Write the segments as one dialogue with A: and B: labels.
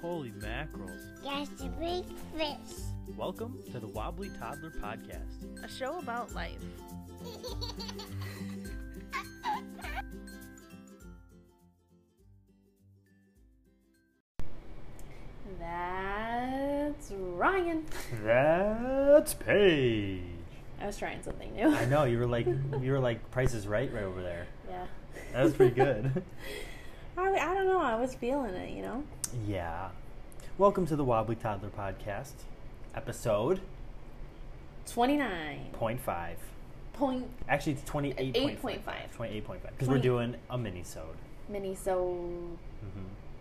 A: Holy mackerels.
B: That's a big fish.
A: Welcome to the Wobbly Toddler Podcast.
C: a show about life. That's Ryan.
A: That's Paige.
C: I was trying something new.
A: I know, you were like you were like Price is Right right over there.
C: yeah.
A: That was pretty good.
C: I, I don't know. I was feeling it, you know?
A: yeah. Welcome to the Wobbly Toddler Podcast, episode
C: 29.5.
A: 0.5. Actually, it's 28.5.
C: 8.5.
A: 28.5. Because we're
C: Twenty-
A: doing a mini-sode.
C: Minnesota.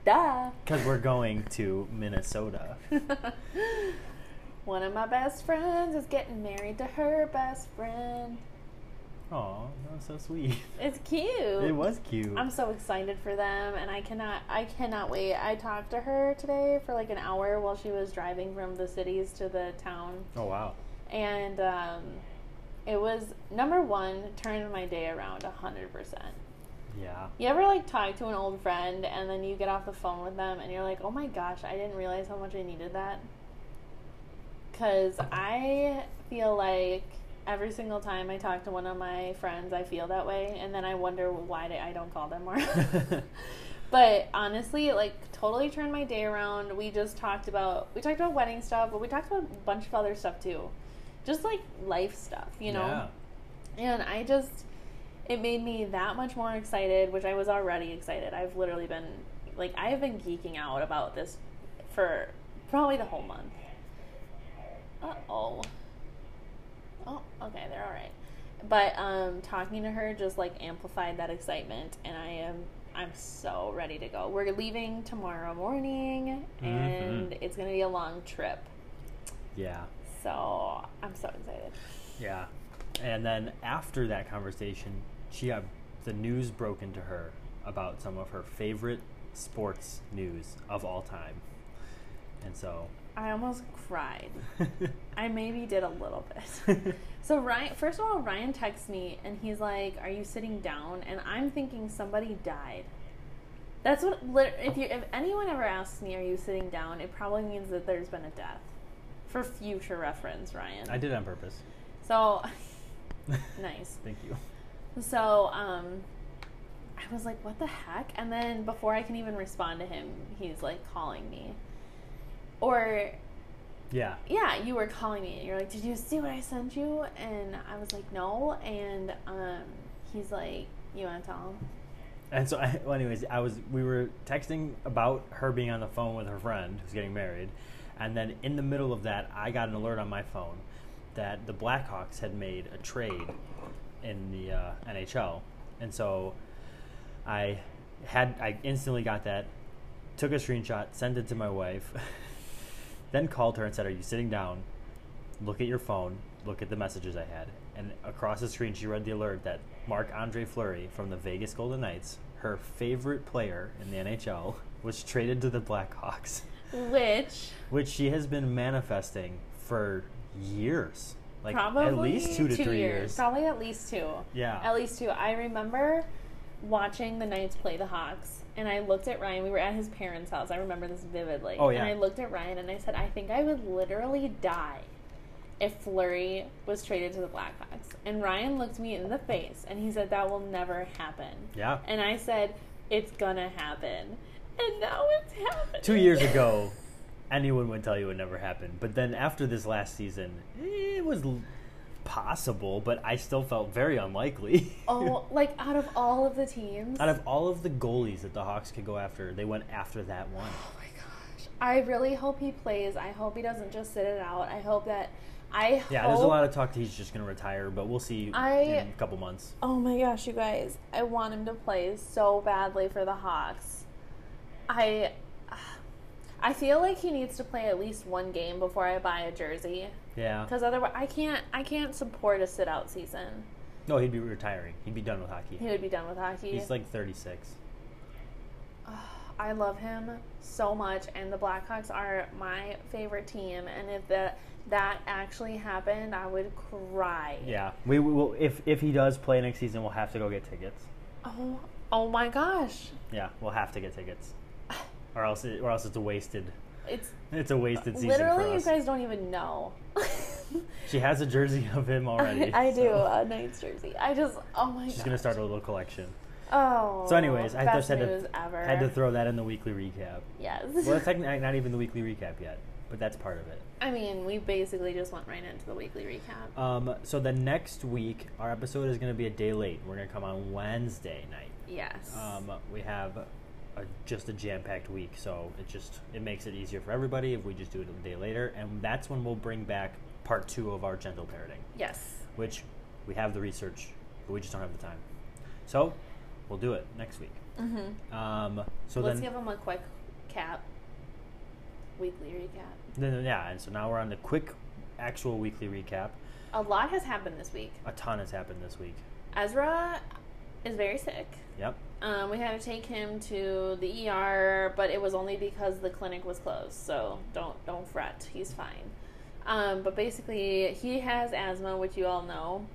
A: Because we're going to Minnesota.
C: One of my best friends is getting married to her best friend.
A: Aw, that was so sweet.
C: It's cute.
A: It was cute.
C: I'm so excited for them, and I cannot, I cannot wait. I talked to her today for like an hour while she was driving from the cities to the town,
A: oh, wow.
C: and um, it was number one turned my day around a hundred percent.
A: Yeah.
C: You ever like talk to an old friend, and then you get off the phone with them, and you're like, oh my gosh, I didn't realize how much I needed that. Cause I feel like every single time I talk to one of my friends, I feel that way, and then I wonder why I don't call them more. But honestly, it like totally turned my day around. We just talked about we talked about wedding stuff, but we talked about a bunch of other stuff too. Just like life stuff, you know? And I just it made me that much more excited, which I was already excited. I've literally been like I have been geeking out about this for probably the whole month. Uh oh. Oh, okay, they're all right. But um, talking to her just like amplified that excitement, and I am I'm so ready to go. We're leaving tomorrow morning, and it's gonna be a long trip.
A: Yeah.
C: So I'm so excited.
A: Yeah. And then after that conversation, she got the news broken to her about some of her favorite sports news of all time. And so
C: I almost cried. I maybe did a little bit. So Ryan, first of all, Ryan texts me and he's like, "Are you sitting down?" And I'm thinking somebody died. That's what. lit- If you, if anyone ever asks me, "Are you sitting down?" It probably means that there's been a death. For future reference, Ryan.
A: I did it on purpose.
C: So nice.
A: Thank you.
C: So um, I was like, "What the heck?" And then before I can even respond to him, he's like calling me. Or
A: Yeah.
C: yeah, you were calling me and you're like, Did you see what I sent you? And I was like, No. And um, he's like, You want to tell him?
A: And so, I, well, anyways, I was we were texting about her being on the phone with her friend who's getting married, and then in the middle of that, I got an alert on my phone that the Blackhawks had made a trade in the uh, NHL, and so I had I instantly got that, took a screenshot, sent it to my wife, then called her and said, "Are you sitting down? Look at your phone. Look at the messages I had." And across the screen, she read the alert that Marc Andre Fleury from the Vegas Golden Knights, her favorite player in the NHL, was traded to the Blackhawks,
C: Which,
A: which she has been manifesting for years, like
C: probably
A: at least two to three years.
C: Probably at least two.
A: Yeah.
C: At least two. I remember watching the Knights play the Hawks, and I looked at Ryan. We were at his parents' house. I remember this vividly.
A: Oh,
C: And
A: yeah.
C: I looked at Ryan and I said, I think I would literally die if Flurry was traded to the Blackhawks. And Ryan looked me in the face and he said, That will never happen.
A: Yeah.
C: And I said, It's gonna happen. And now it's happening.
A: two years ago, anyone would tell you it never happened. But then after this last season, it was l- possible, but I still felt very unlikely.
C: oh, like out of all of the teams.
A: Out of all of the goalies that the Hawks could go after, they went after that one.
C: Oh my gosh. I really hope he plays. I hope he doesn't just sit it out. I hope that. I
A: Yeah,
C: hope
A: there's a lot of talk that he's just going to retire, but we'll see
C: I-
A: in a couple months.
C: Oh my gosh, you guys. I want him to play so badly for the Hawks. I I feel like he needs to play at least one game before I buy a jersey
A: Yeah.
C: cuz otherwise I can't I can't support a sit out season.
A: No, he'd be retiring. He'd be done with hockey.
C: He would be done with hockey.
A: He's like 36.
C: I love him so much, and the Blackhawks are my favorite team. And if that that actually happened, I would cry.
A: Yeah. We we will if if he does play next season, we'll have to go get tickets.
C: Oh, oh my gosh!
A: Yeah, we'll have to get tickets. or else it, or else it's a wasted
C: It's
A: it's a wasted season
C: literally
A: for
C: you
A: us.
C: guys don't even know.
A: she has a jersey of him already.
C: I, I do
A: so
C: a Knights jersey. I just oh my.
A: She's
C: gosh.
A: gonna start a little collection.
C: Oh.
A: So, anyways, I
C: best
A: just had
C: news
A: to
C: ever.
A: had to throw that in the weekly recap.
C: Yes.
A: Well, it's technically not even the weekly recap yet, but that's part of it.
C: I mean, we basically just went right into the weekly recap.
A: Um, so the next week, our episode is going to be a day late. We're going to come on Wednesday night.
C: yes.
A: Um, we have a, just a jam-packed week, so it just it makes it easier for everybody if we just do it a day later, and that's when we'll bring back part two of our gentle parenting,
C: yes.
A: which we have the research, but we just don't have the time. So we'll do it next week.
C: Mm-hmm.
A: Um, so
C: Let's
A: then,
C: give them a quick cap. Weekly recap.
A: then, yeah, and so now we're on the quick actual weekly recap.
C: A lot has happened this week.
A: A ton has happened this week.
C: Ezra is very sick.
A: Yep.
C: Um, we had to take him to the ER, but it was only because the clinic was closed. So don't don't fret, he's fine. Um, but basically, he has asthma, which you all know,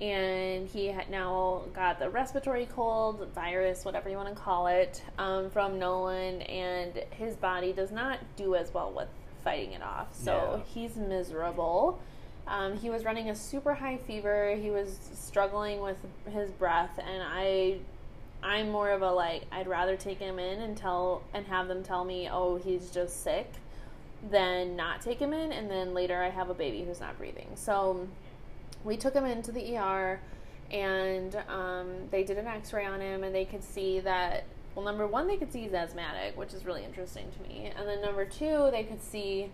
C: and he had now got the respiratory cold virus, whatever you want to call it, um, from Nolan, and his body does not do as well with fighting it off. So
A: Yeah.
C: he's miserable. Um, he was running a super high fever. He was struggling with his breath, and I, I'm more of a like I'd rather take him in and tell and have them tell me, oh, he's just sick, than not take him in, and then later I have a baby who's not breathing. So, we took him into the ER, and um, they did an X-ray on him, and they could see that. Well, number one, they could see he's asthmatic, which is really interesting to me, and then number two, they could see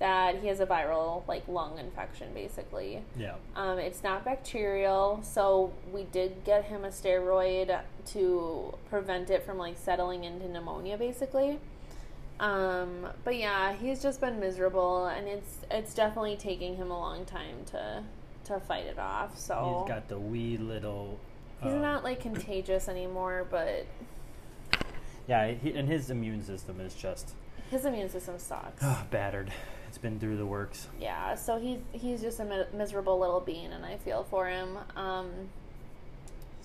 C: that he has a viral like lung infection basically
A: Yeah.
C: um, it's not bacterial so we did get him a steroid to prevent it from like settling into pneumonia basically um, but yeah he's just been miserable and it's it's definitely taking him a long time to to fight it off so
A: He's got the wee little.
C: he's
A: um,
C: not like contagious anymore but
A: Yeah, he, and his immune system is just
C: his immune system sucks
A: Ah. battered. It's been through the works.
C: yeah so he's he's just a mi- miserable little bean and i feel for him um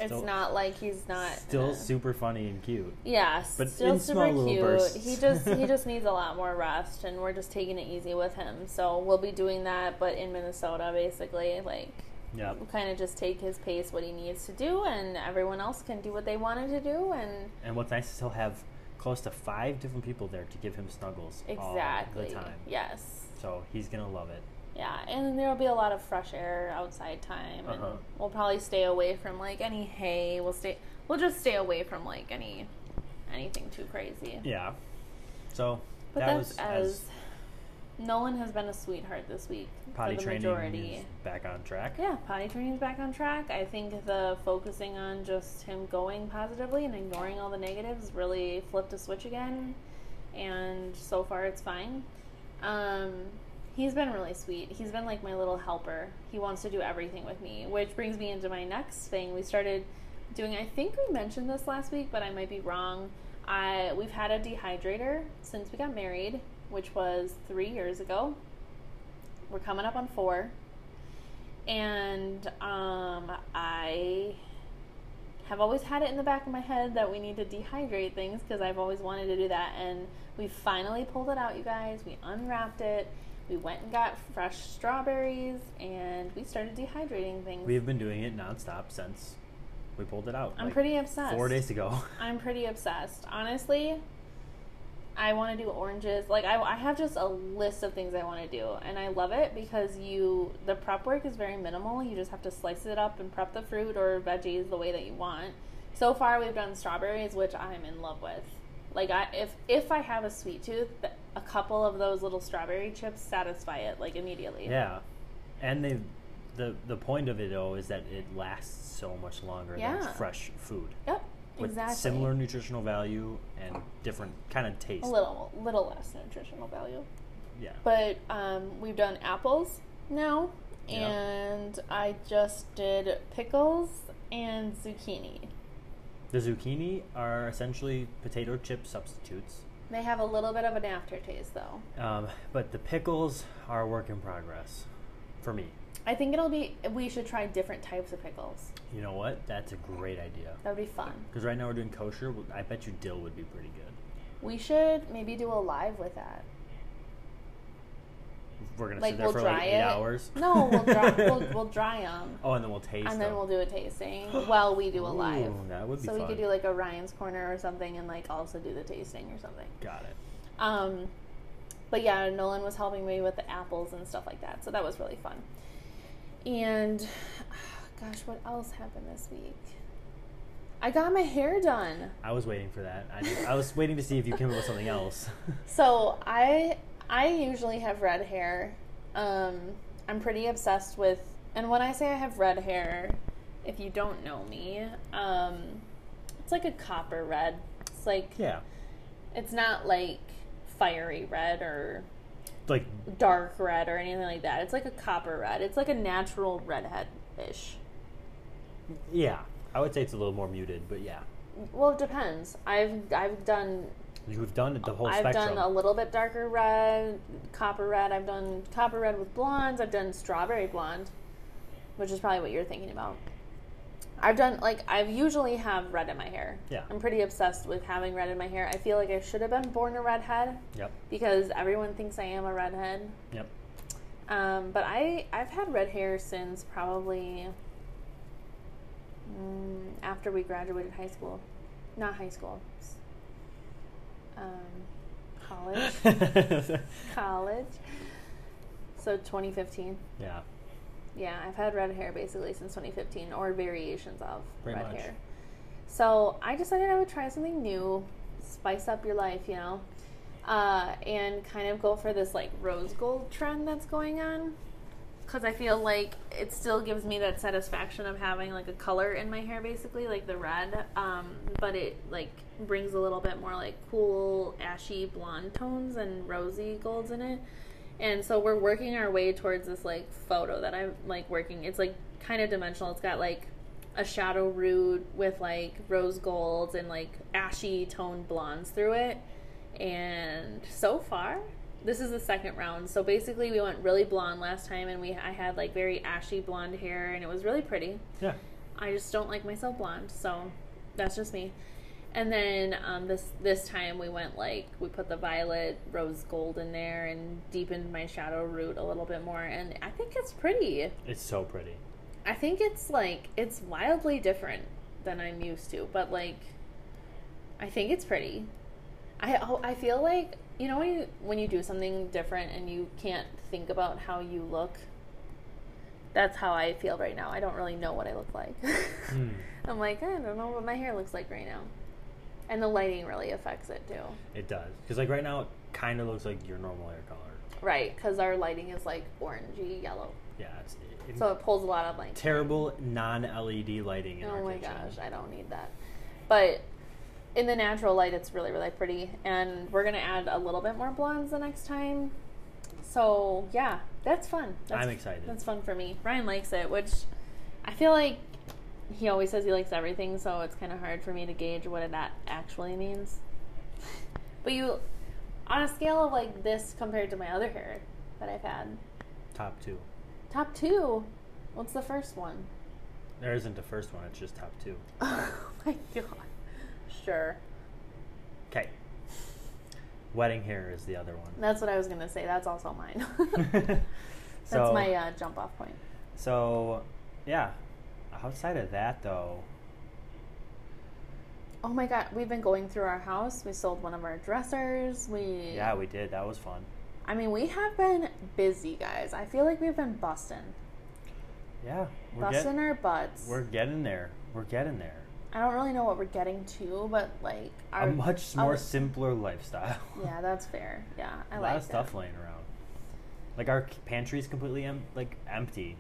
A: Still-
C: it's not like he's not
A: Still
C: uh,
A: super funny and cute.
C: yeah
A: but
C: still
A: in
C: super
A: small little
C: cute
A: bursts.
C: he just he just needs a lot more rest and we're just taking it easy with him so we'll be doing that but in minnesota basically like
A: Yeah.
C: we'll kind of just take his pace what he needs to do and everyone else can do what they wanted to do and
A: And what's nice is he'll have close to five different people there to give him snuggles
C: exactly
A: all the time.
C: yes
A: So he's gonna love it.
C: Yeah, and then there'll be a lot of fresh air outside time, and
A: Uh-huh.
C: we'll probably stay away from like any hay. We'll stay, we'll just stay away from like any anything too crazy.
A: Yeah. So
C: but
A: that
C: that's
A: was
C: as, Nolan has been a sweetheart this week
A: potty
C: for the
A: training
C: majority.
A: is back on track.
C: Yeah, potty training's back on track. I think the focusing on just him going positively and ignoring all the negatives really flipped a switch again, and so far it's fine. Um, he's been really sweet. He's been like my little helper. He wants to do everything with me, which brings me into my next thing. We started doing. I think we mentioned this last week, but I might be wrong. I we've had a dehydrator since we got married, which was three years ago. We're coming up on four and um, I have always had it in the back of my head that we need to dehydrate things because I've always wanted to do that, and we finally pulled it out, you guys. We unwrapped it, we went and got fresh strawberries, and we started dehydrating things.
A: We've been doing it nonstop since we pulled it out.
C: I'm
A: like,
C: pretty obsessed.
A: Four days ago.
C: I'm pretty obsessed. Honestly, I want to do oranges. Like, I, I have just a list of things I want to do. And I love it because you, the prep work is very minimal. You just have to slice it up and prep the fruit or veggies the way that you want. So far, we've done strawberries, which I'm in love with. Like, I, if, if I have a sweet tooth, th- a couple of those little strawberry chips satisfy it, like, immediately.
A: Yeah, and they, the the point of it though is that it lasts so much longer
C: Yeah.
A: than fresh food
C: Yep.
A: with
C: exactly.
A: similar nutritional value and different kind of taste.
C: A little, little less nutritional value.
A: Yeah,
C: But um, we've done apples now,
A: Yeah.
C: and I just did pickles and zucchini.
A: the zucchini are essentially potato chip substitutes,
C: They have a little bit of an aftertaste, though.
A: um, but the pickles are a work in progress for me.
C: I think it'll be. We should try different types of pickles.
A: You know what? That's a great idea
C: That would be fun.
A: because right now we're doing kosher. I bet you dill would be pretty good.
C: We should maybe do a live with that.
A: We're gonna
C: Like,
A: sit there
C: we'll
A: for
C: dry
A: like eight
C: it.
A: hours.
C: No, we'll dry, we'll, we'll dry them.
A: Oh, and then we'll taste.
C: and then
A: them.
C: we'll do a tasting while we do a live.
A: Ooh, that would be
C: so we
A: fun.
C: could do like a Ryan's Corner or something and like also do the tasting or something.
A: Got it.
C: Um, but yeah, Nolan was helping me with the apples and stuff like that. So that was really fun. And gosh, what else happened this week? I got my hair done.
A: I was waiting for that. I, knew- I was waiting to see if you came up with something else.
C: So I I usually have red hair. Um, I'm pretty obsessed with, and when I say I have red hair, if you don't know me, um, it's like a copper red. It's like
A: yeah,
C: it's not like fiery red or
A: like
C: dark red or anything like that. It's like a copper red. It's like a natural redhead ish.
A: yeah. I would say it's a little more muted, but yeah,
C: Well, it depends. I've I've done
A: you've done it the whole
C: I've
A: spectrum.
C: done a little bit darker red, copper red. I've done copper red with blondes. I've done strawberry blonde, which is probably what you're thinking about. I've done like I usually have red in my hair.
A: Yeah.
C: I'm pretty obsessed with having red in my hair. I feel like I should have been born a redhead
A: Yep,
C: because everyone thinks I am a redhead.
A: yep.
C: Um, but I I've had red hair since probably mm, after we graduated high school, not high school, s- um, college, college. So 2015.
A: yeah,
C: Yeah, I've had red hair basically since 2015, or variations of
A: Pretty
C: red
A: much.
C: hair. So I decided I would try something new, spice up your life, you know, uh, and kind of go for this like rose gold trend that's going on. Because I feel like it still gives me that satisfaction of having like a color in my hair, basically, like the red, um, but it like brings a little bit more like cool, ashy blonde tones and rosy golds in it and so we're working our way towards this like photo that i'm like working it's like kind of dimensional it's got like a shadow root with like rose golds and like ashy toned blondes through it and so far this is the second round so basically we went really blonde last time and we i had like very ashy blonde hair and it was really pretty
A: yeah.
C: I just don't like myself blonde, so that's just me. And then um, this this time we went like we put the violet rose gold in there and deepened my shadow root a little bit more, and I think it's pretty.
A: It's so pretty.
C: I think it's like it's wildly different than I'm used to, but like I think it's pretty. I oh, I feel like you know when you when you do something different and you can't think about how you look. That's how I feel right now. I don't really know what I look like.
A: Mm.
C: I'm like I don't know what my hair looks like right now, and the lighting really affects it too.
A: It does because like right now, it kind of looks like your normal hair color.
C: Right, because our lighting is like orangey yellow,
A: Yeah, it's it,
C: so it pulls a lot of like
A: terrible non-LED lighting in our
C: Oh my
A: kitchen.
C: gosh, I don't need that. But in the natural light, it's really, really pretty. And we're going to add a little bit more blondes the next time. So, yeah, that's fun. That's,
A: I'm excited.
C: That's fun for me. Ryan likes it, which I feel like he always says he likes everything, so it's kind of hard for me to gauge what that actually means. But you, on a scale of like this compared to my other hair that I've had,
A: Top two.
C: top two, what's the first one?
A: There isn't the first one. It's just top two.
C: Oh my god. Sure.
A: Okay. Wedding hair is the other one.
C: That's what I was going to say. That's also mine.
A: That's
C: That's my uh, jump off point.
A: So, yeah. Outside of that, though,
C: Oh my god, we've been going through our house. We sold one of our dressers. We
A: yeah, we did. That was fun.
C: I mean, we have been busy, guys. I feel like we've been busting.
A: Yeah, we're
C: Busting
A: getting
C: our butts.
A: we're getting there. We're getting there.
C: I don't really know what we're getting to, but like our
A: a much more
C: our-
A: simpler lifestyle.
C: Yeah, that's fair. Yeah, I
A: a
C: like
A: lot of
C: that.
A: stuff laying around. Like our c- pantry's completely em- like empty.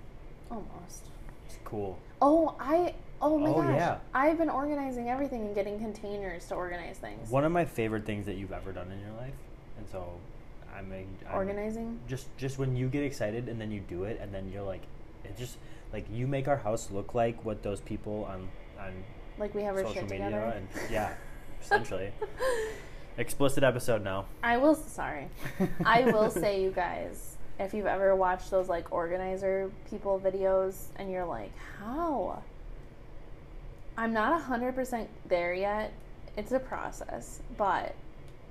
C: Almost.
A: It's cool.
C: Oh, I Oh my
A: Oh,
C: gosh.
A: yeah.
C: I've been organizing everything and getting containers to organize things.
A: One of my favorite things that you've ever done in your life, and so I'm, I'm
C: Organizing?
A: just just when you get excited and then you do it and then you're like it just like you make our house look like what those people on on
C: Like we have our
A: social
C: shit
A: media
C: together.
A: and yeah essentially explicit episode now
C: I will. Sorry, I will say, you guys, if you've ever watched those like organizer people videos, and you're like, how? I'm not hundred percent there yet. It's a process, but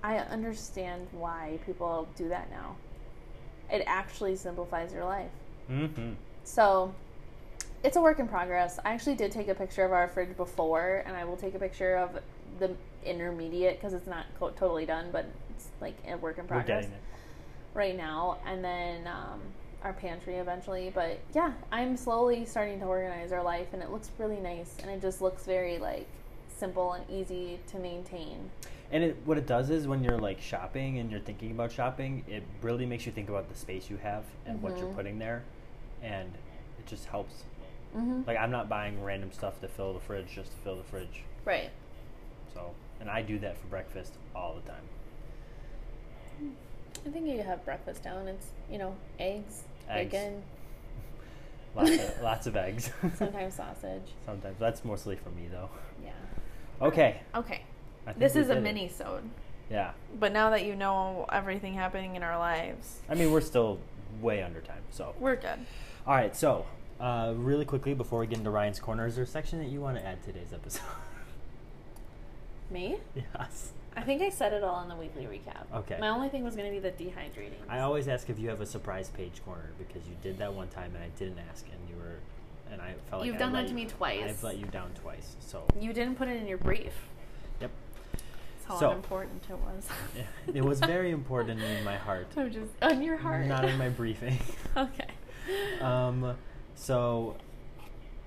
C: I understand why people do that now. It actually simplifies your life.
A: Mm-hmm.
C: So it's a work in progress. I actually did take a picture of our fridge before, and I will take a picture of the intermediate because it's not co- totally done, but it's like a work in
A: We're
C: progress
A: getting it.
C: right now, and then um, our pantry eventually. But yeah, I'm slowly starting to organize our life, and it looks really nice, and it just looks very like simple and easy to maintain.
A: And it, what it does is when you're like shopping and you're thinking about shopping, it really makes you think about the space you have and what you're
C: Mhm.
A: putting there, and it just helps.
C: Mm-hmm.
A: Like I'm not buying random stuff to fill the fridge just to fill the fridge.
C: right.
A: So, and I do that for breakfast all the time.
C: I think you have breakfast down. It's you know eggs,
A: Eggs.
C: bacon,
A: Lots of, lots of eggs.
C: sometimes sausage.
A: Sometimes that's mostly for me though.
C: Yeah.
A: Okay.
C: Okay.
A: I think
C: This
A: we
C: is a
A: did it.
C: mini sode.
A: Yeah.
C: But now that you know everything happening in our lives,
A: I mean, we're still way under time. So,
C: we're good.
A: all right. So, uh, really quickly before we get into Ryan's corner, is there a section that you want to add to today's episode?
C: Me?
A: yes.
C: I think I said it all in the weekly recap.
A: Okay.
C: My only thing was going to be the dehydrating.
A: I always ask if you have a surprise page corner because you did that one time and I didn't ask and you were, and I felt like
C: You've
A: I
C: done
A: let
C: that to
A: you-
C: me twice.
A: I've let you down twice. So,
C: You didn't put it in your brief.
A: yep.
C: That's how
A: So-
C: unimportant it was.
A: Yeah, it was very important in my heart.
C: I'm just on your heart.
A: Not in my briefing.
C: okay.
A: Um, so,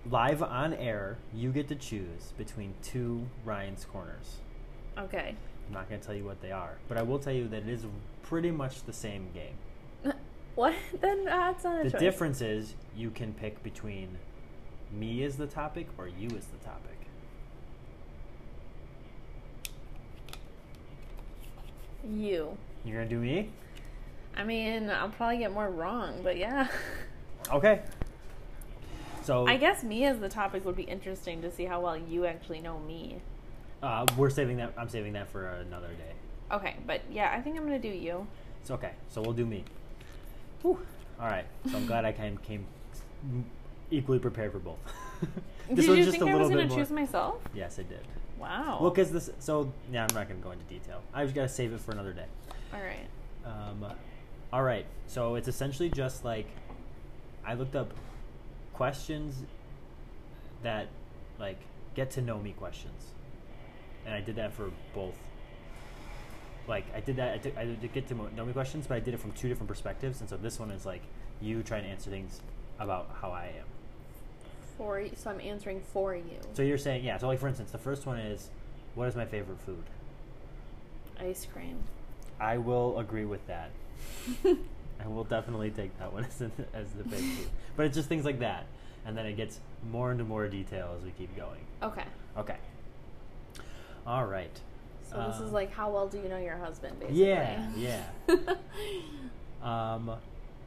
A: live on air, you get to choose between two Ryan's Corners.
C: Okay.
A: I'm not going to tell you what they are, but I will tell you that it is pretty much the same game.
C: What? Then that's not a
A: The
C: choice.
A: difference is you can pick between me as the topic or you as the topic.
C: You.
A: You're going to do me?
C: I mean, I'll probably get more wrong, but yeah.
A: Okay. So,
C: I guess me as the topic would be interesting to see how well you actually know me.
A: uh, we're saving that. I'm saving that for another day.
C: Okay, but yeah, I think I'm gonna do you.
A: It's okay. So we'll do me. Whew. All right. So I'm glad I came, came equally prepared for both.
C: Did you think I was gonna choose myself?
A: Yes, I did.
C: Wow.
A: Well, because this. So yeah, I'm not going to go into detail. I just got to save it for another day.
C: All right.
A: Um, all right. So it's essentially just like I looked up questions that like get to know me questions, and I did that for both. Like I did that. I did, I did get to mo- know me questions, but I did it from two different perspectives, and so this one is like you trying to answer things about how I am.
C: For y- so I'm answering for you.
A: So you're saying yeah. So like for instance, the first one is what is my favorite food?
C: Ice cream.
A: I will agree with that. I will definitely take that one as, the- as the big two. But it's just things like that. And then it gets more into more detail as we keep going.
C: okay.
A: Okay. All right.
C: So this is
A: Um,
C: like how well do you know your husband, basically?
A: Yeah, yeah. Um,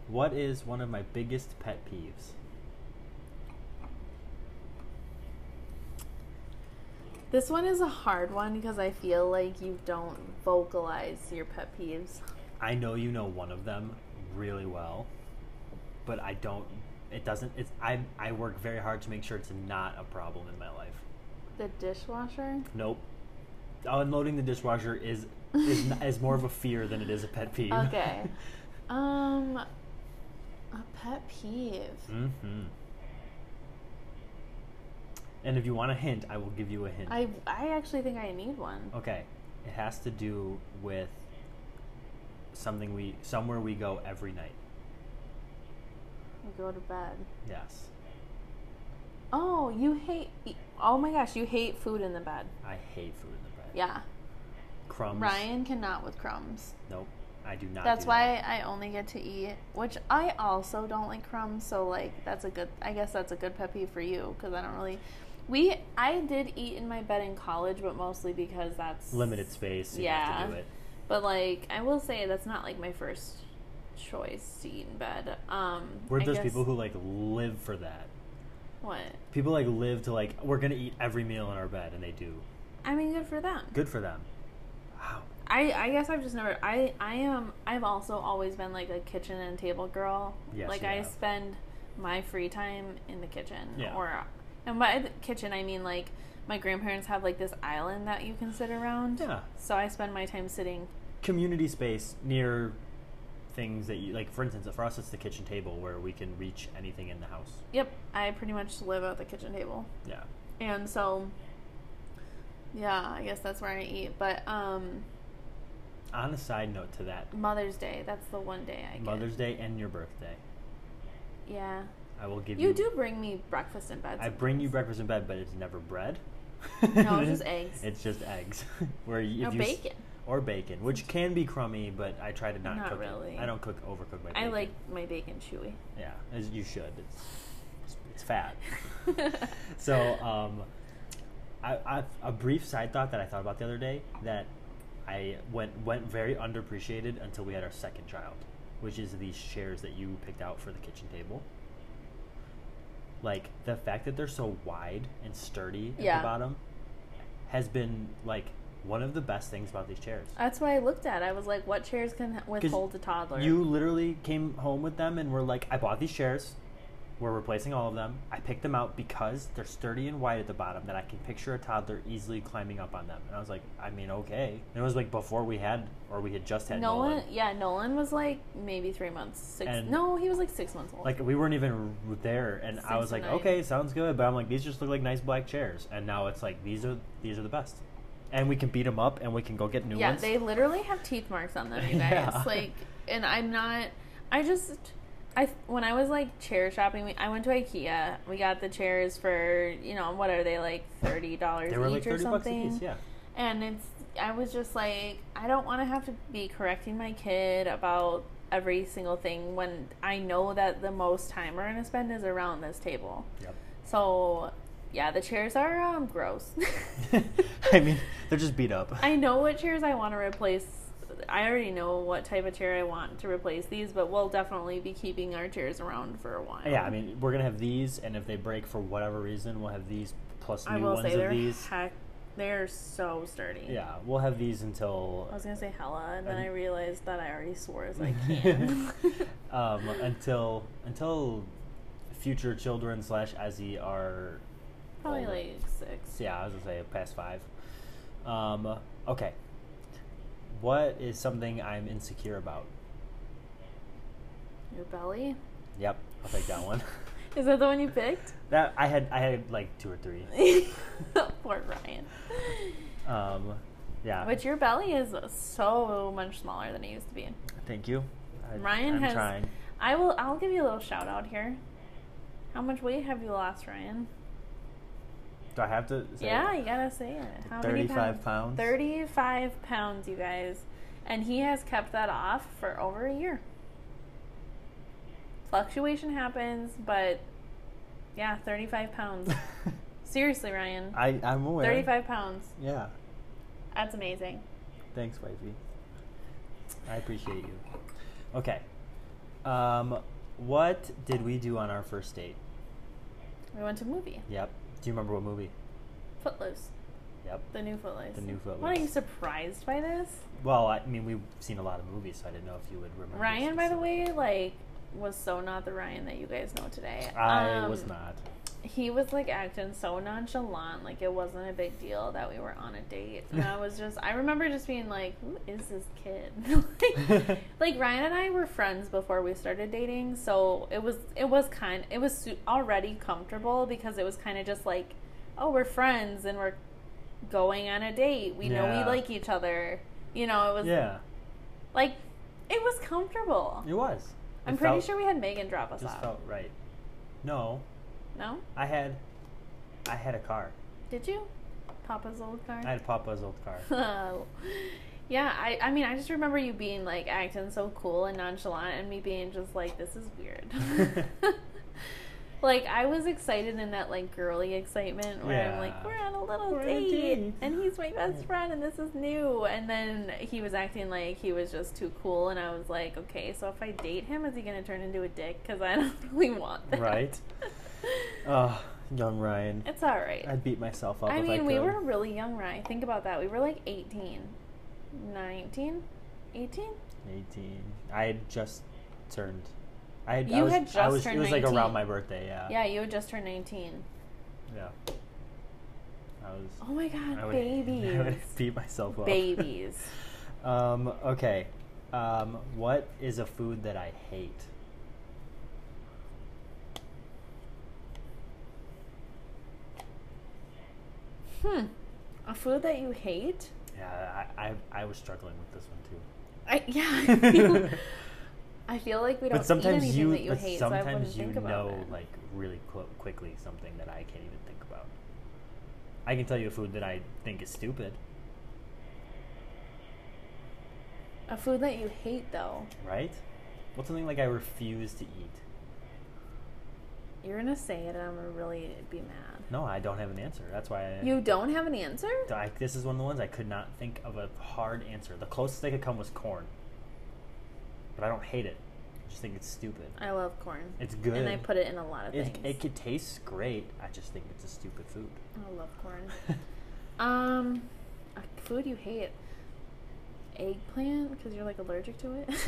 A: what is one of my biggest pet peeves?
C: this one is a hard one because I feel like you don't vocalize your pet peeves.
A: I know you know one of them really well, but I don't. It doesn't. It's I. I work very hard to make sure it's not a problem in my life.
C: The dishwasher.
A: Nope. Unloading the dishwasher is is, n- is more of a fear than it is a pet peeve.
C: Okay. Um, a pet peeve.
A: hmm And if you want a hint, I will give you a hint.
C: I I actually think I need one.
A: Okay. It has to do with something we somewhere we go every night.
C: Go to bed.
A: Yes.
C: Oh, you hate. Oh my gosh, you hate food in the bed.
A: I hate food in the bed.
C: Yeah.
A: Crumbs.
C: Ryan cannot with crumbs.
A: Nope. I do not.
C: That's
A: do that.
C: why I only get to eat, which I also don't like crumbs. So like that's a good. I guess that's a good pet peeve for you because I don't really. We I did eat in my bed in college, but mostly because that's
A: limited space. You yeah. Have to
C: Yeah.
A: do it.
C: But like I will say that's not like my first choice to eat in bed. Um,
A: We're
C: I
A: those
C: guess-
A: people who like live for that.
C: what?
A: People like live to like we're gonna eat every meal in our bed, and they do.
C: I mean, good for them.
A: Good for them. Wow.
C: I, I guess I've just never I I am I've also always been like a kitchen and table girl.
A: Yes,
C: like
A: you
C: I
A: have.
C: spend my free time in the kitchen
A: Yeah.
C: or And by the kitchen, I mean like my grandparents have like this island that you can sit around.
A: Yeah.
C: So I spend my time sitting.
A: Community space near things that you like. For instance, for us, it's the kitchen table where we can reach anything in the house.
C: Yep, I pretty much live at the kitchen table.
A: Yeah.
C: And so yeah, I guess that's where I eat. But um
A: On a side note to that,
C: Mother's Day, that's the one day I get.
A: Mother's Day and your birthday,
C: Yeah.
A: I will give you.
C: You do bring me breakfast in bed.
A: I bring you
C: sometimes.
A: breakfast in bed, but it's never bread.
C: No, it's just eggs.
A: It's just eggs. Where you,
C: Or
A: if you s-
C: bacon.
A: or bacon, which can be crummy, but I try to not,
C: Not
A: cook
C: really.
A: it. I don't cook overcook my. Bacon.
C: I like my bacon chewy.
A: Yeah, as you should. It's it's, it's fat. so, um, I, I a brief side thought that I thought about the other day that I went went very underappreciated until we had our second child, which is these chairs that you picked out for the kitchen table. Like the fact that they're so wide and sturdy at
C: Yeah.
A: the bottom has been like one of the best things about these chairs.
C: That's what I looked at. I was like, what chairs can withhold a toddler?
A: You literally came home with them and were like, I bought these chairs. We're replacing all of them. I picked them out because they're sturdy and wide at the bottom that I can picture a toddler easily climbing up on them. And I was like, I mean, okay. And it was like before we had, or we had just had
C: Nolan,
A: Nolan.
C: yeah, Nolan was like maybe three months, six.
A: And-
C: no, he was like six months old.
A: Like, we weren't even r- there. And I
C: Six
A: was like,
C: and nine.
A: okay, sounds good. But I'm like, these just look like nice black chairs. And now it's like, these are these are the best. And we can beat them up and we can go get new
C: yeah,
A: ones.
C: they literally have teeth marks on them, you guys.
A: Yeah.
C: Like, and I'm not. I just, I when I was like chair shopping, we, I went to IKEA. We got the chairs for you know what are they like thirty dollars
A: They
C: each
A: were like
C: or
A: 30 bucks
C: something?
A: a piece. Yeah.
C: And it's I was just like I don't want to have to be correcting my kid about every single thing when I know that the most time we're gonna spend is around this table.
A: Yep.
C: So, yeah, the chairs are um, gross.
A: I mean, they're just beat up.
C: I know what chairs I want to replace. I already know what type of chair I want to replace these, but we'll definitely be keeping our chairs around for a while.
A: Yeah, I mean, we're gonna have these, and if they break for whatever reason, we'll have these plus
C: I
A: new
C: will
A: ones
C: say
A: of
C: they're
A: these.
C: heck, they're so sturdy.
A: yeah, we'll have these until
C: I was gonna say hella, and then I
A: And-
C: realized that I already swore as I can.
A: um, until until future children slash as he are
C: Probably
A: older.
C: like six.
A: yeah, I was gonna say past five. Um, okay, what is something I'm insecure about?
C: Your belly?
A: Yep, I'll take that one.
C: Is that the one you picked?
A: that I had I had like two or three.
C: Poor Ryan.
A: Um, yeah,
C: But your belly is so much smaller than it used to be.
A: thank you. I,
C: Ryan
A: I'm
C: has-
A: trying.
C: I will. I'll give you a little shout out here. How much weight have you lost, Ryan?
A: Do I have to? Say
C: yeah,
A: it?
C: you gotta say it. How many
A: 35
C: pounds?
A: pounds.
C: Thirty-five pounds, you guys, and he has kept that off for over a year. Fluctuation happens, but yeah, thirty-five pounds. Seriously, Ryan,
A: I, I'm aware.
C: thirty-five pounds.
A: Yeah.
C: That's amazing.
A: Thanks, wifey. I appreciate you. Okay. Um, what did we do on our first date?
C: We went to a movie.
A: Yep. Do you remember what movie?
C: Footloose,
A: Yep.
C: the new Footloose.
A: The new
C: What are you
A: Footloose.
C: surprised by this?
A: Well, I mean, we've seen a lot of movies, so I didn't know if you would remember.
C: Ryan, by the
A: specific-
C: way, like was so not the Ryan that you guys know today.
A: I
C: Um,
A: was not.
C: He was like acting so nonchalant, like it wasn't a big deal that we were on a date. And I was just, I remember just being like, "Who is this kid?" like, like, Ryan and I were friends before we started dating, so it was it was kind it was su- already comfortable because it was kind of just like, oh, we're friends and we're going on a date. We know
A: Yeah.
C: we like each other. You know, it was
A: Yeah,
C: like it was comfortable.
A: it was.
C: I'm
A: It
C: pretty
A: felt-
C: sure we had Megan drop us
A: Just
C: off.
A: felt right. No,
C: No?
A: I had, I had a car.
C: Did you? Papa's old car?
A: I had Papa's old car.
C: Oh. yeah, I, I mean, I just remember you being like acting so cool and nonchalant, and me being just like, this is weird. like, I was excited in that like girly excitement where I'm like,
A: Yeah.
C: we're on a little
A: We're on a
C: date,
A: date.
C: and he's my best friend, and this is new. And then he was acting like he was just too cool, and I was like, okay, so if I date him, is he going to turn into a dick? Because I don't really want that.
A: Right. oh, young Ryan.
C: It's all right.
A: I'd beat myself up.
C: I
A: if I
C: mean, we
A: could.
C: were really young, right? Think about that. We were like 18, 19, 18?
A: 18. I had just turned. I had, I
C: You
A: was,
C: had
A: I
C: just
A: was,
C: turned
A: It was like
C: 19.
A: Uh, around my birthday, yeah.
C: Yeah, you had just turned 19.
A: Yeah. I was.
C: Oh my god,
A: I would, I
C: babies.
A: would beat myself up.
C: babies.
A: Um, okay. Um, what is a food that I hate?
C: hmm. A food that you hate?
A: Yeah, I, I, I was struggling with this one too.
C: I yeah. I feel, I feel like we don't
A: but sometimes
C: eat anything
A: you,
C: that you
A: but
C: hate, so I wouldn't
A: sometimes you
C: think about
A: know
C: it.
A: like really qu- quickly something that I can't even think about. I can tell you a food that I think is stupid,
C: a food that you hate though.
A: right? What's something like I refuse to eat?
C: You're gonna say it, and I'm gonna really be mad.
A: No, I don't have an answer. That's why I,
C: You don't have an answer?
A: I, this is one of the ones I could not think of a hard answer. The closest I could come was corn, but I don't hate it. I just think it's stupid.
C: I love corn.
A: It's good.
C: And I put it in a lot of
A: It,
C: things.
A: it could taste great. I just think it's a stupid food.
C: I love corn. um, a food you hate. Eggplant, because you're like allergic to it.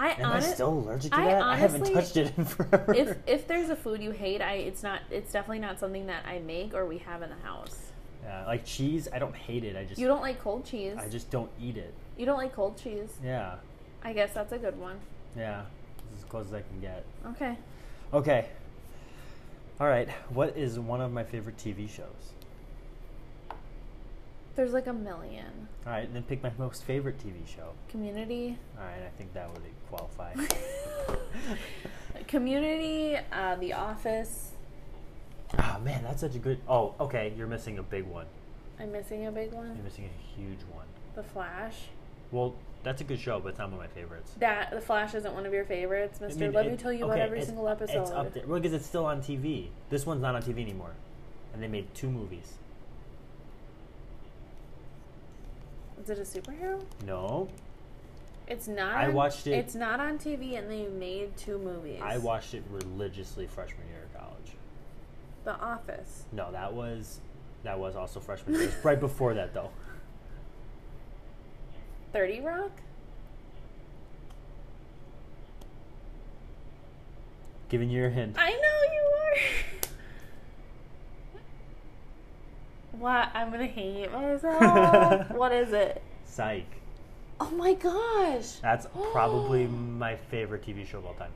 C: I
A: Am I
C: honest-
A: still allergic to
C: I
A: that? I haven't
C: honestly-
A: touched it in forever.
C: if if there's a food you hate, I it's not it's definitely not something that I make or we have in the house.
A: yeah, like cheese, I don't hate it. I just
C: You don't like cold cheese.
A: I just don't eat it.
C: you don't like cold cheese.
A: Yeah,
C: I guess that's a good one.
A: yeah. This is as close as I can get.
C: Okay.
A: Okay. All right. What is one of my favorite TV shows?
C: There's like a million.
A: All right, then pick my most favorite TV show.
C: Community.
A: All right, I think that would qualify.
C: Community, uh, The Office.
A: oh man, that's such a good. Oh, okay. You're missing a big one.
C: I'm missing a big
A: You're
C: one.
A: missing a huge one.
C: The Flash.
A: Well, that's a good show, but it's not one of my favorites.
C: That The Flash isn't one of your favorites,
A: I
C: Mister.
A: mean,
C: Let me
A: it-
C: tell you about
A: okay,
C: every
A: it's-
C: single episode.
A: It's up there. Well, because it's still on TV. This one's not on TV anymore. And they made two movies.
C: Is it a superhero?
A: No.
C: It's not.
A: I
C: on-
A: watched it-
C: It's not on TV, and they made two movies.
A: I watched it religiously freshman year of college.
C: The Office.
A: No, that was that was also freshman year. It was right before that though.
C: Thirty Rock.
A: Giving you a hint.
C: I know you are. what? I'm gonna hate myself. what is it?
A: Psych.
C: Oh my gosh.
A: That's probably my favorite TV show of all time.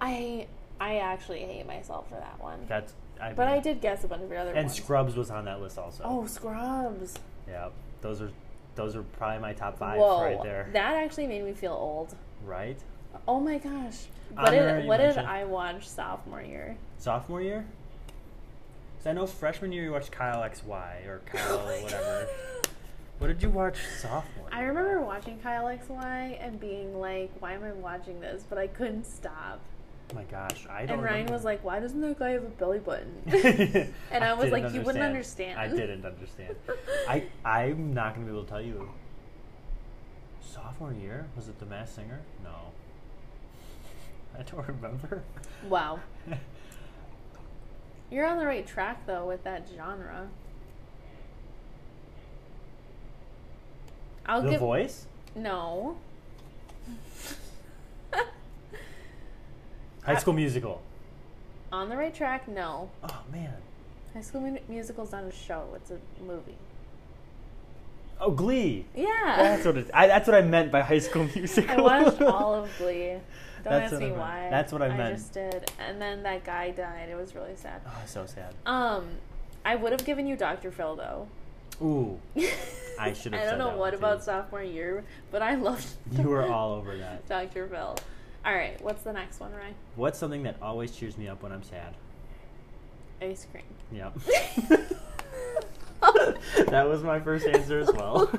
C: I I actually hate myself for that one.
A: That's I
C: But I
A: mean-
C: did guess a bunch of your other
A: And
C: ones.
A: Scrubs was on that list also.
C: oh, Scrubs.
A: Yeah. Those are those are probably my top five
C: Whoa,
A: right there.
C: that actually made me feel old.
A: right?
C: Oh my gosh. What did
A: Honorary
C: what did
A: mention.
C: I watch sophomore year?
A: sophomore year. So I know freshman year you watched Kyle XY or Kyle
C: Oh my
A: whatever.
C: God.
A: What did you watch sophomore?
C: I
A: year?
C: remember watching Kyle XY and being like, why am I watching this? But I couldn't stop.
A: Oh my gosh, I don't.
C: And Ryan was like, why doesn't that guy have a belly button?
A: like,
C: and I was like, you wouldn't understand.
A: I didn't understand. I I'm not gonna be able to tell you. Sophomore year was it The Mass Singer? No. I don't remember.
C: Wow. You're on the right track though with that genre. I'll
A: the
C: give
A: Voice.
C: no.
A: High School Musical.
C: on the right track, no.
A: Oh man.
C: High School Mu- Musical's not a show; it's a movie.
A: Oh Glee.
C: Yeah,
A: That's what it, I, that's what I meant by High School Musical.
C: I watched all of Glee. Don't
A: That's
C: ask
A: what I
C: me
A: meant.
C: why.
A: That's what I meant.
C: just did, and then that guy died. It was really sad.
A: Oh, so sad.
C: Um, I would have given you Dr. Phil though.
A: Ooh, I should have
C: I don't
A: said
C: know
A: that
C: what
A: one,
C: about
A: too.
C: sophomore year, but I loved.
A: you were all over that.
C: Dr. Phil. All right, what's the next one, Ryan?
A: What's something that always cheers me up when I'm sad?
C: Ice cream.
A: Yep. that was my first answer as well.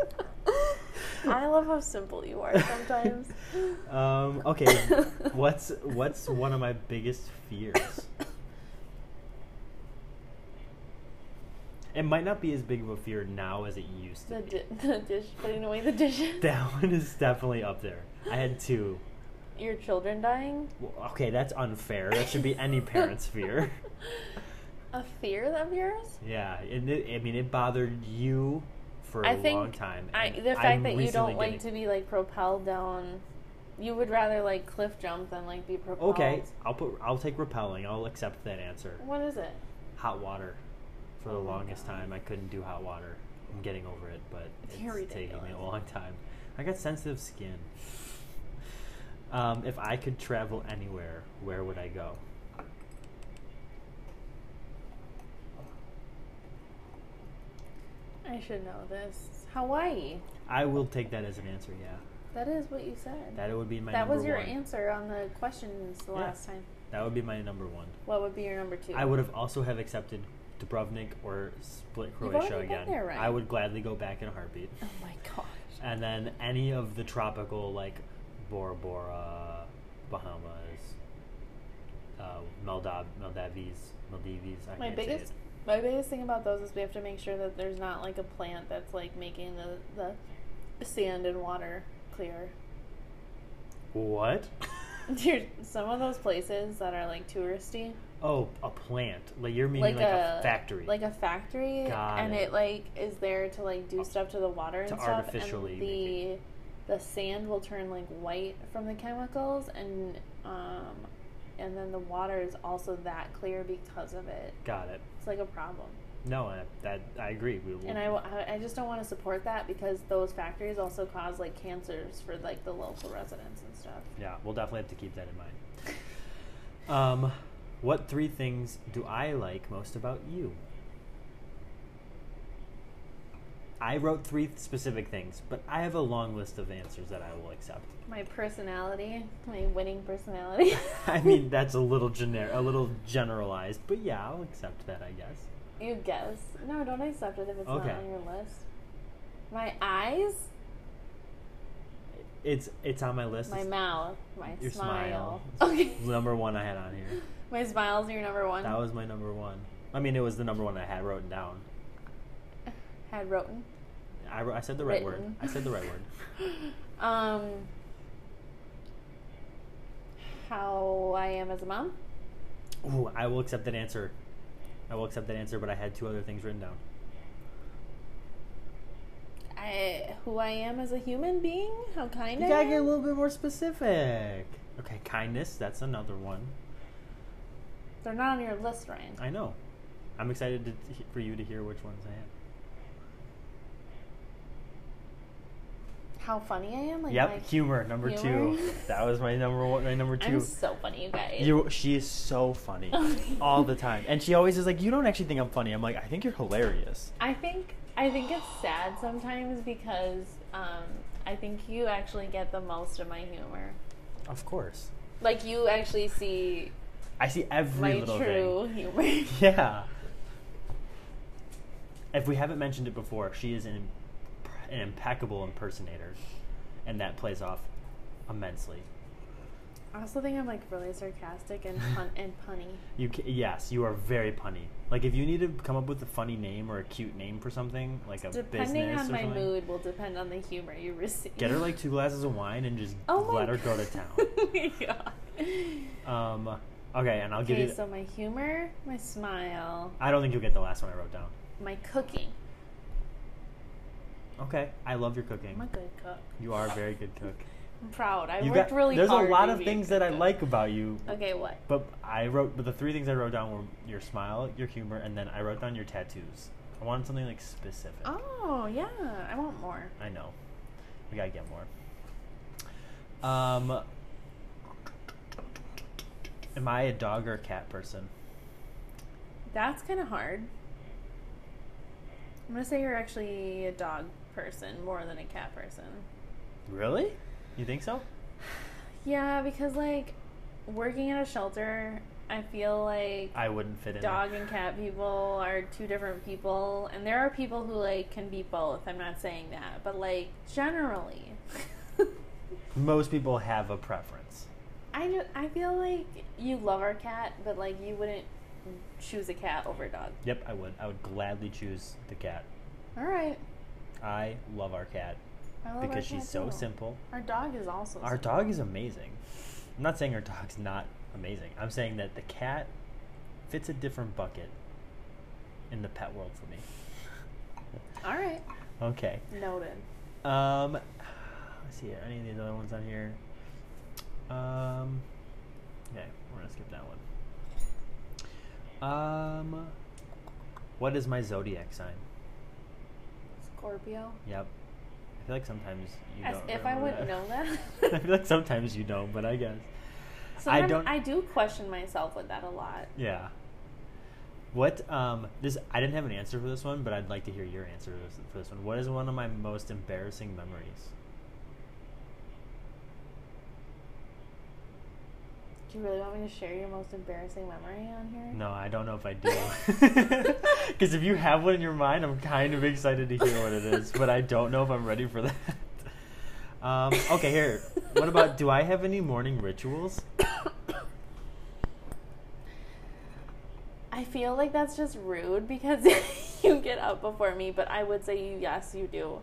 C: I love how simple you are sometimes.
A: um, okay, what's what's one of my biggest fears? It might not be as big of a fear now as it used to
C: the,
A: be.
C: di- the dish, putting away the dishes.
A: that one is definitely up there. I had two.
C: Your children dying.
A: Well, okay, that's unfair. That should be any parent's fear.
C: A fear of yours?
A: Yeah, and it, I mean, it bothered you for a
C: I think
A: long time.
C: I,
A: and
C: the fact
A: I'm
C: that you
A: recently
C: don't like
A: getting-
C: to be like propelled down You would rather like cliff jump than like be propelled.
A: Okay, I'll put I'll take repelling. I'll accept that answer.
C: What is it?
A: Hot water. For the
C: Oh my
A: longest
C: God.
A: time, I couldn't do hot water. I'm getting over it, but it's
C: You're
A: taking me a
C: ridiculous.
A: long time. I got sensitive skin. Um, if I could travel anywhere, where would I go?
C: I should know this. Hawaii.
A: I will take that as an answer. Yeah,
C: That is what you said.
A: that would be my.
C: that
A: number
C: was your
A: one.
C: answer on the questions the
A: Yeah.
C: last time.
A: That would be my number one.
C: What would be your number two?
A: I would have also have accepted Dubrovnik or split
C: You've
A: Croatia
C: already been
A: again.
C: there, Ryan.
A: I would gladly go back in a heartbeat.
C: Oh my gosh.
A: And then any of the tropical, like Bora Bora, Bahamas, uh, Maldiv, Maldives, Maldives. I
C: My
A: can't say
C: biggest
A: it.
C: my biggest thing about those is we have to make sure that there's not like a plant that's like making the the sand and water clear.
A: What?
C: Dude, some of those places that are like touristy,
A: oh, a plant. Like you're meaning like, a, factory.
C: like a factory,
A: Got
C: and
A: it.
C: it. like is there to like do stuff to the water and
A: To
C: stuff,
A: artificially
C: and the
A: make
C: the sand will turn like white from the chemicals, and um, and then the water is also that clear because of it.
A: Got it.
C: It's like a problem,
A: No, I, that I agree. We will.
C: and I, I- I just don't want to support that because those factories also cause like cancers for like the local residents and stuff.
A: yeah, we'll definitely have to keep that in mind. Um, what three things do I like most about you? I wrote three specific things, but I have a long list of answers that I will accept.
C: My personality, my winning personality.
A: I mean, that's a little generic, a little generalized, but yeah, I'll accept that, I guess.
C: You guess. No, don't accept it if it's
A: Okay.
C: not on your list. My eyes,
A: It's it's on my list.
C: my
A: It's
C: mouth, my
A: your
C: smile.
A: smile.
C: Okay.
A: number one I had on here.
C: My smile's your number one.
A: That was my number one. I mean, it was the number one I had written down.
C: Had written.
A: I, wr- I said the right word.
C: Written.
A: I said the right word.
C: Um, how I am as a mom.
A: Ooh, I will accept that answer. I will accept that answer, but I had two other things written down.
C: I who I am as a human being. How kind
A: You
C: I
A: gotta
C: am.
A: get a little bit more specific. Okay, kindness, that's another one.
C: They're not on your list, Ryan.
A: I know. I'm excited to, he- for you to hear which ones I have.
C: How funny I am. Like
A: yep,
C: my-
A: humor, number two.
C: humor?
A: That was my number one, my number 2
C: I'm Oh, so funny, you guys.
A: You, she is so funny all the time, and she always is like, "You don't actually think I'm funny." I'm like, "I think you're hilarious."
C: I think I think it's sad sometimes because um, I think you actually get the most of my humor.
A: Of course,
C: Like you actually see
A: I see every
C: my
A: little
C: true humor.
A: thing. Yeah. If we haven't mentioned it before, she is an, imp- an impeccable impersonator, and that plays off immensely.
C: I also think I'm like really sarcastic and pun- and punny.
A: You ca yes, you are very punny. Like if you need to come up with a funny name or a cute name for something, like a
C: Depending
A: business
C: on
A: or
C: my
A: something,
C: mood will depend on the humor you receive.
A: get her like two glasses of wine and just
C: oh my
A: let her go to
C: Oh my God.
A: town. um, okay, and I'll give
C: Okay,
A: you.
C: so my humor, my smile,
A: I don't think you'll get the last one I wrote down.
C: my cooking.
A: Okay, I love your cooking.
C: I'm a good cook.
A: You are a very good cook.
C: I'm proud. Oh I
A: You
C: worked
A: got-
C: really
A: There's
C: hard.
A: a lot
C: to
A: of
C: be a
A: things
C: good
A: that I
C: cook.
A: like about you,
C: Okay, what?
A: but I wrote. But the three things I wrote down were your smile, your humor, and then I wrote down your tattoos. I wanted something like specific.
C: Oh yeah, I want more.
A: I know. We gotta get more. Um, am I a dog or a cat person?
C: That's kind of hard. I'm gonna say you're actually a dog person more than a cat person.
A: Really? You think so?
C: Yeah, because like working at a shelter, I feel like
A: I wouldn't fit in. there.
C: dog and cat people are two different people, and there are people who like can be both. I'm not saying that, but like generally,
A: Most people have a preference.
C: I ju- I feel like you love our cat, but like you wouldn't choose a cat over a dog.
A: Yep, I would. I would gladly choose the cat.
C: All right,
A: I love our cat
C: I love our
A: because she's
C: cat,
A: so
C: too.
A: simple.
C: Our dog is also
A: Our
C: simple.
A: dog is amazing. I'm not saying our dog's not amazing. I'm saying that the cat fits a different bucket in the pet world for me.
C: All right.
A: Okay.
C: Noted.
A: Um, let's see. Are any of these other ones on here? Um, okay, we're gonna skip that one. Um, what is my zodiac sign?
C: Scorpio.
A: Yep. I feel like sometimes you
C: As
A: don't.
C: if I
A: remember
C: would know that.
A: I feel like sometimes you don't, but I guess.
C: Sometimes I
A: don't-
C: do question myself with that a lot.
A: Yeah. What um this I didn't have an answer for this one, but I'd like to hear your answer for this, for this one. What is one of my most embarrassing memories?
C: Do you really want me to share your most embarrassing memory on here?
A: No, I don't know if I do. Because if you have one in your mind, I'm kind of excited to hear what it is, but I don't know if I'm ready for that. Um, okay, here. What about do I have any morning rituals?
C: I feel like that's just rude because you get up before me, but I would say you yes, you do.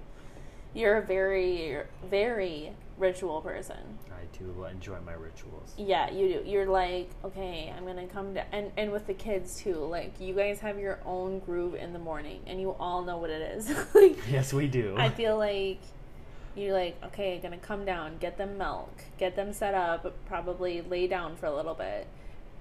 C: You're a very very ritual person.
A: I do enjoy my rituals.
C: Yeah, you do. You're like, okay, I'm gonna come down, and and with the kids too. Like, you guys have your own groove in the morning, and you all know what it is. like,
A: Yes, we do.
C: I feel like you're like, okay, gonna come down, get them milk, get them set up, probably lay down for a little bit.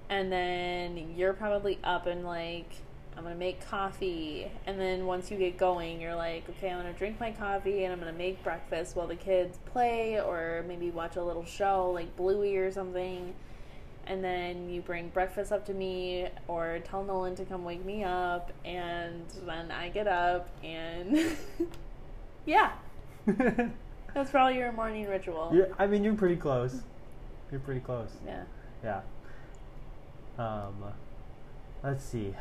C: And then you're probably up and like, I'm gonna make coffee. And then once you get going, you're like, okay, I'm gonna drink my coffee and I'm gonna make breakfast while the kids play or maybe watch a little show like Bluey or something. And then you bring breakfast up to me or tell Nolan to come wake me up. And then I get up and yeah. That's probably your morning ritual.
A: Yeah, I mean, you're pretty close. You're pretty close.
C: Yeah.
A: Yeah. Um, let's see.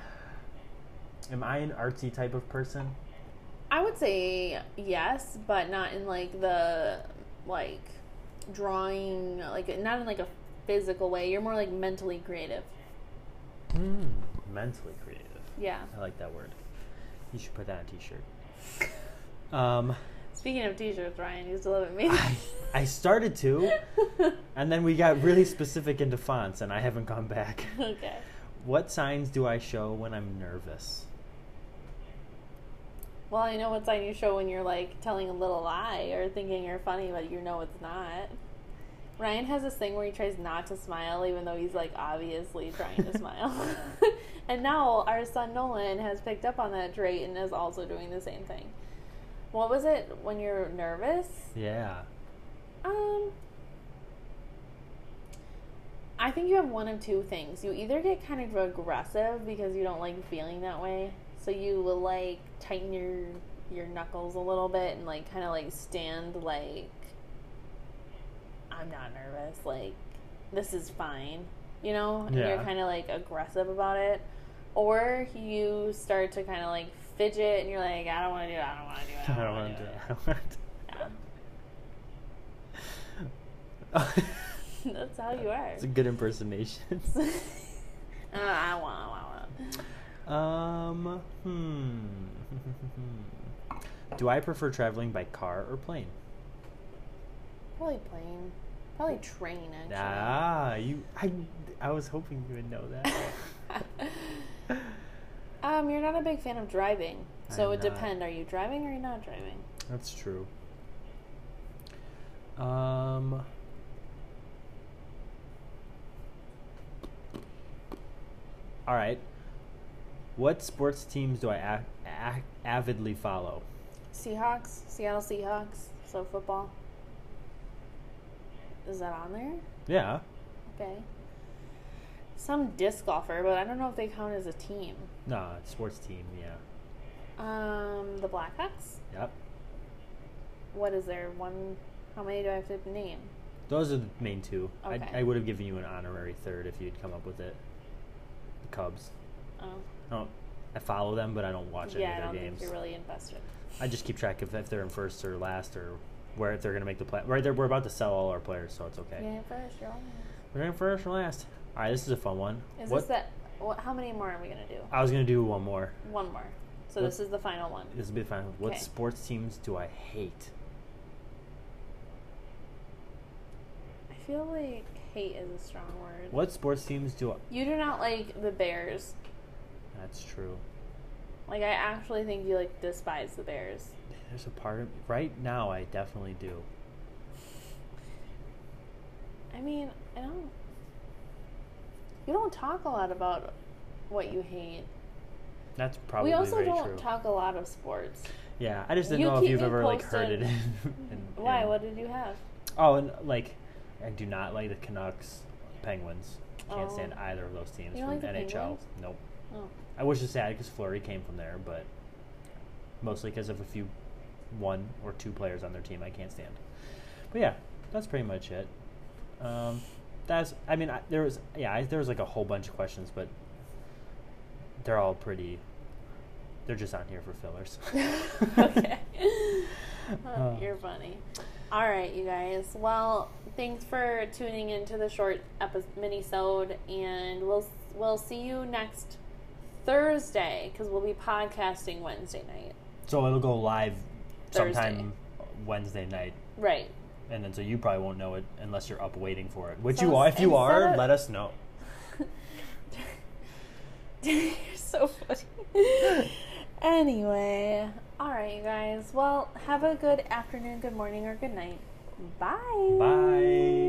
A: Am I an artsy type of person?
C: I would say yes, but not in like the like drawing, like not in like a physical way. You're more like mentally creative.
A: Hmm. Mentally creative.
C: Yeah.
A: I like that word. You should put that on a t-shirt. Um,
C: Speaking of t-shirts, Ryan, you still haven't made.
A: I, I started to, and then we got really specific into fonts, and I haven't gone back.
C: okay.
A: What signs do I show when I'm nervous?
C: Well, I know what sign you show when you're like telling a little lie or thinking you're funny, but you know it's not. Ryan has this thing where he tries not to smile, even though he's like obviously trying to smile. and now our son Nolan has picked up on that trait and is also doing the same thing. What was it when you're nervous?
A: Yeah.
C: Um, I think you have one of two things. You either get kind of aggressive because you don't like feeling that way, so you will like tighten your your knuckles a little bit and like kind of like stand like I'm not nervous, like this is fine, you know, and
A: Yeah.
C: you're kind of like aggressive about it, or you start to kind of like fidget and you're like I don't want to do it, I don't want to do it,
A: I don't
C: wanna
A: want to.
C: it."
A: I don't want to.
C: Yeah. That's how you are.
A: It's a good impersonation.
C: Uh, I want, I want,
A: Um, hmm. Do I prefer traveling by car or plane?
C: Probably plane. Probably train, actually.
A: Ah, you. I, I was hoping you would know that.
C: um, you're not a big fan of driving, so
A: I'm
C: it would
A: not.
C: depend. Are you driving or are you not driving?
A: That's true. Um. All right. What sports teams do I ac- ac- avidly follow?
C: Seahawks, Seattle Seahawks, so football. Is that on there?
A: Yeah.
C: Okay. Some disc golfer, but I don't know if they count as a team.
A: Nah, sports team. Yeah.
C: Um, the Blackhawks.
A: Yep.
C: What is there? One. How many do I have to name?
A: Those are the main two.
C: Okay.
A: I, I would have given you an honorary third if you'd come up with it. The Cubs.
C: Oh,
A: I don't. I follow them, but I don't watch
C: yeah.
A: any
C: I
A: of
C: don't
A: their
C: think
A: games.
C: you're really invested.
A: I just keep track of if they're in first or last or where they're going to make the play. Right, there, we're about to sell all our players, so it's okay.
C: Yeah, first, you're on.
A: We're in first or last. All right, this is a fun one.
C: Is
A: What-
C: this that? What, how many more are we gonna do?
A: I was going to do one more.
C: One more. So
A: What-
C: this is the final one.
A: This will be fun. What
C: Okay.
A: sports teams do I hate?
C: I feel like hate is a strong word.
A: What sports teams do I.
C: You do not like the Bears.
A: That's true.
C: Like I actually think you like despise the Bears.
A: There's a part of. Right now, I definitely do.
C: I I mean, I don't. You don't talk a lot about what you hate.
A: That's probably
C: we also
A: very
C: don't
A: true.
C: talk a lot of sports.
A: yeah, I just didn't
C: You
A: know if
C: keep
A: you've
C: me
A: ever like heard it.
C: posted.
A: In,
C: Why?
A: in-
C: What did you have?
A: Oh, and like, I do not like the Canucks, Penguins. Can't
C: Oh.
A: stand either of those teams
C: You
A: from
C: don't like the
A: NHL.
C: Penguins?
A: Nope.
C: Oh,
A: I wish it's sad because Flurry came from there, but mostly because of a few, one or two players on their team I can't stand. But yeah, that's pretty much it. Um, that's I mean I, there was yeah I, there was like a whole bunch of questions, but they're all pretty. They're just on here for fillers.
C: okay. Oh,
A: Uh.
C: You're funny. All right, you guys. Well, thanks for tuning into the short epi- mini-sode, and we'll we'll see you next Thursday because we'll be podcasting Wednesday night.
A: So it'll go live
C: Thursday.
A: sometime Wednesday night,
C: Right.
A: and then so you probably won't know it unless you're up waiting for it. Which
C: So
A: you are. If you
C: instead
A: are,
C: of-
A: let us know.
C: You're so funny. anyway, all right, you guys. Well, have a good afternoon, good morning, or good night. Bye.
A: Bye.